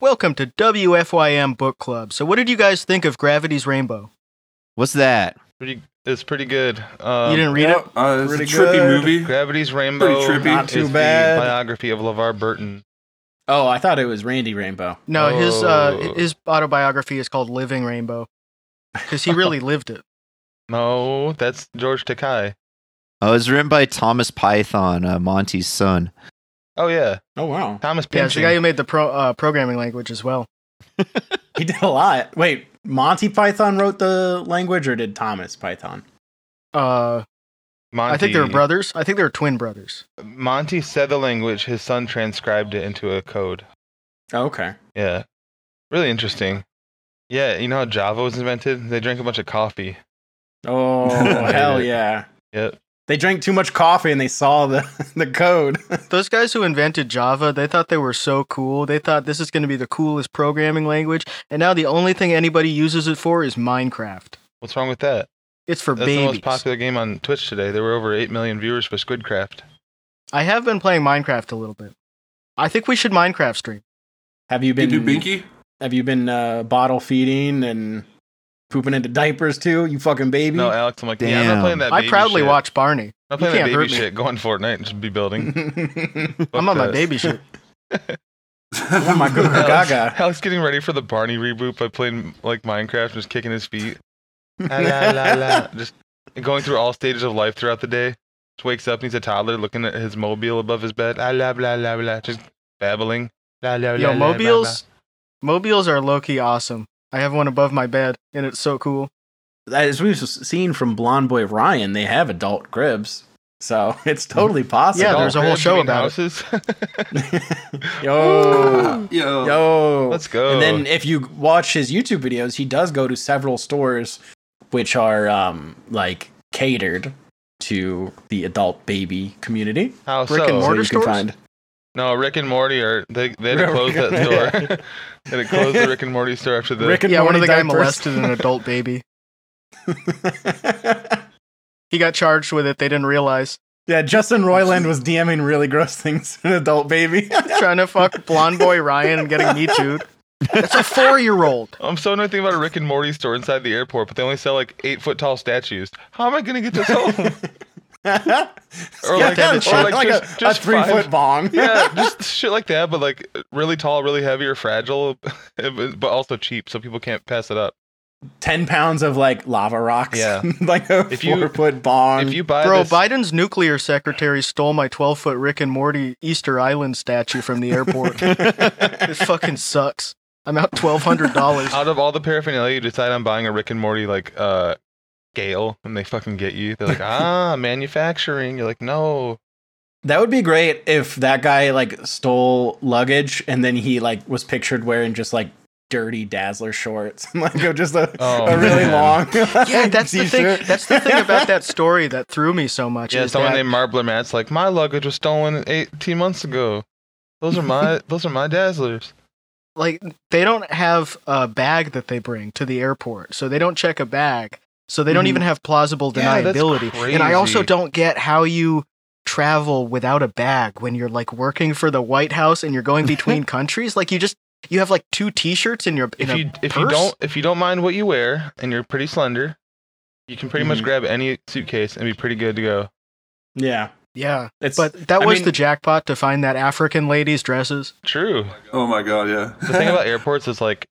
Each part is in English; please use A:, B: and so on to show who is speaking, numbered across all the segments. A: Welcome to WFYM Book Club. So, what did you guys think of Gravity's Rainbow?
B: What's that?
C: Pretty, it's pretty good. Um,
A: you didn't read
D: Yeah,
A: it?
D: uh, it's a
E: Pretty
D: trippy
E: good.
D: movie.
C: Gravity's Rainbow
D: Pretty trippy. Not
C: is
E: too
C: the
E: bad.
C: biography of LeVar Burton.
B: Oh, I thought it was Randy Rainbow.
A: No, his uh,
C: Oh.
A: his autobiography is called Living Rainbow because he really lived it.
C: No, that's George Takai.
B: Oh, it was written by Thomas Python, uh, Monty's son.
C: Oh yeah,
B: Oh wow,
C: Thomas
A: Yeah, it's the
C: Pynchon.
A: guy who made the pro, uh, programming language as well.
E: He did a lot. Wait, Monty Python wrote the language, or did Thomas Python?
A: Uh,
C: Monty,
A: I think they were brothers. I think they were twin brothers.
C: Monty said the language. His son transcribed it into a code.
E: Oh, okay.
C: Yeah, really interesting. Yeah, you know how Java was invented? They drank a bunch of coffee.
E: Oh hell yeah!
C: Yep.
E: They drank too much coffee and they saw the the code.
A: Those guys who invented Java, they thought they were so cool. They thought this is going to be the coolest programming language, and now the only thing anybody uses it for is Minecraft.
C: What's wrong with that?
A: It's for
C: That's the
A: babies.
C: most popular game on Twitch today. There were over eight million viewers for Squidcraft.
A: I have been playing Minecraft a little bit. I think we should Minecraft stream.
E: Have you
D: You
E: been
D: do Binky?
E: Have you been uh, bottle feeding and pooping into diapers too? You fucking baby.
C: No, Alex, I'm like, yeah, I'm not
B: Damn.
C: playing that.
A: I
C: baby
A: proudly
C: shit.
A: watch Barney.
C: I'm not
A: you
C: playing that
A: can't
C: baby
A: hurt me.
C: shit. Go on Fortnite and just be building.
A: I'm on my
C: that.
A: baby shit.
E: oh my god,
C: Alex,
E: Gaga.
C: Alex getting ready for the Barney reboot by playing like Minecraft and just kicking his feet. La, la, la, la. Just going through all stages of life throughout the day. Just wakes up and he's a toddler looking at his mobile above his bed. Ah, La, blah, blah, blah. Just babbling. La, la, la,
A: Yo,
C: la, blah,
A: mobiles, mobiles are low key awesome. I have one above my bed, and it's so cool.
E: As we've seen from Blonde Boy Ryan, they have adult cribs, so it's totally possible.
A: Yeah,
C: blah.
A: there's a whole
C: Cribs,
A: show
C: you mean
A: about it.
C: houses?
E: yo,
D: Yo.
E: yo.
C: Let's go.
E: And then if you watch his YouTube videos, he does go to several stores which are um like catered to the adult baby community.
C: How
A: brick and
C: so?
A: mortar? stores?
C: No, Rick and Morty are they? They had to close that store. they had to close the Rick and Morty store after the.
E: Rick and
A: yeah, one of the
E: Morty
A: guy
E: diapers.
A: molested an adult baby. He got charged with it. They didn't realize.
E: yeah, Justin Roiland was DMing really gross things to an adult
C: Oh,
E: baby.
A: Trying to fuck blonde boy Ryan and getting me too. That's a four year old.
C: I'm so annoyed thinking about a Rick and Morty store inside the airport, but they only sell like eight foot tall statues. How am I gonna get this home?
E: or
C: like-
A: or
C: like
E: a,
C: just- just
E: a three
C: five-
E: foot bong.
C: yeah, just shit like that, but like really tall, really heavy, or fragile, but also cheap, so people can't pass it up.
E: Ten pounds of like lava rocks.
C: Yeah.
E: like a
C: If
E: four
C: you-
E: foot bong.
C: If you buy
A: Bro,
C: this,
A: Biden's nuclear secretary stole my 12 foot Rick and Morty Easter Island statue from the airport. it fucking sucks. I'm out $1,200.
C: out of all the paraphernalia, you decide on buying a Rick and Morty like uh scale, and they fucking get you. They're like, ah, manufacturing. You're like, no,
E: That would be great if that guy like stole luggage and then he like was pictured wearing just like dirty dazzler shorts and like go just a,
C: Oh,
E: a really
C: man.
E: long
A: Yeah, that's the thing.
E: t-shirt.
A: That's the thing about that story that threw me so much.
C: yeah.
A: is
C: Someone
A: that-
C: named Marbler Matt's like, my luggage was stolen 18 months ago. Those are my those are my dazzlers.
A: like they don't have a bag that they bring to the airport, so they don't check a bag, so they don't
E: Mhm.
A: even have plausible
C: Yeah, that's
A: deniability. and I also
C: crazy.
A: don't get how you travel without a bag when you're like working for the White House and you're going between countries. Like you just you have like two T-shirts in your in
C: if
A: a
C: you if you
A: purse?
C: don't if you don't mind what you wear and you're pretty slender, you can pretty
A: Mm-hmm.
C: much
E: Mhm.
C: grab any suitcase and be pretty good to go.
E: yeah
A: yeah.
E: it's
A: But that
E: I
A: was
E: mean-
A: the jackpot to find that African lady's dresses.
C: True.
D: Oh my god, yeah.
C: The thing about airports is like,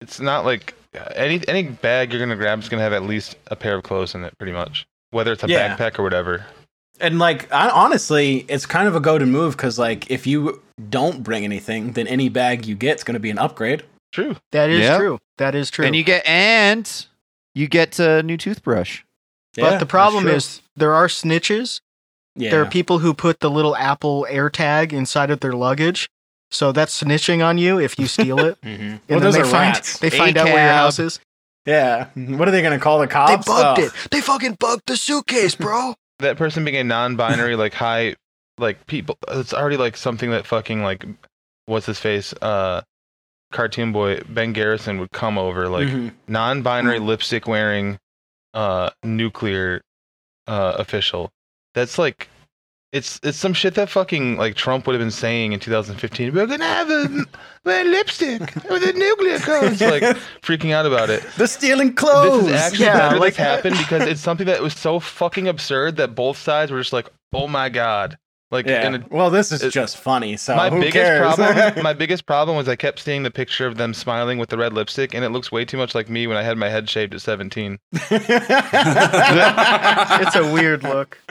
C: it's not like any any bag you're gonna grab is gonna have at least a pair of clothes in it, pretty much. Whether it's a
E: Yeah.
C: backpack or whatever.
E: and like I, honestly it's kind of a go to move because like if you don't bring anything then any bag you get's going to be an upgrade
C: True.
A: That is
B: Yeah.
A: true. That is true.
B: and you get and you get a new toothbrush.
A: but the problem is there are snitches
E: yeah.
A: There are people who put the little Apple AirTag inside of their luggage. So that's snitching on you if you steal it.
E: Mhm.
A: And
E: well, those
A: then
E: are
A: they find
E: rats.
A: they find out where your
B: ACAB.
A: house is.
E: yeah what are they going to call the cops Oh.
A: They fucking bugged the suitcase, bro.
C: That person being a non-binary, like high, like people. It's already like something that fucking like, what's his face? Uh, cartoon boy Ben Garrison would come over like.
E: Mhm.
C: non-binary lipstick wearing uh nuclear uh official that's like It's it's some shit that fucking like Trump would have been saying in 2015. We're gonna have a, a lipstick with a nuclear code. It's like freaking out about it.
E: They're stealing
C: This
E: clothes.
C: is actually
A: yeah,
C: better
A: like-
C: this happened because it's something that was so fucking absurd that both sides were just like, oh my god. Like
E: yeah.
C: in a,
E: well, this is
C: it-
E: just funny. So
C: my
E: who
C: biggest
E: cares?
C: problem my biggest problem was I kept seeing the picture of them smiling with the red lipstick and it looks way too much like me when I had my head shaved at 17.
A: It's a weird look.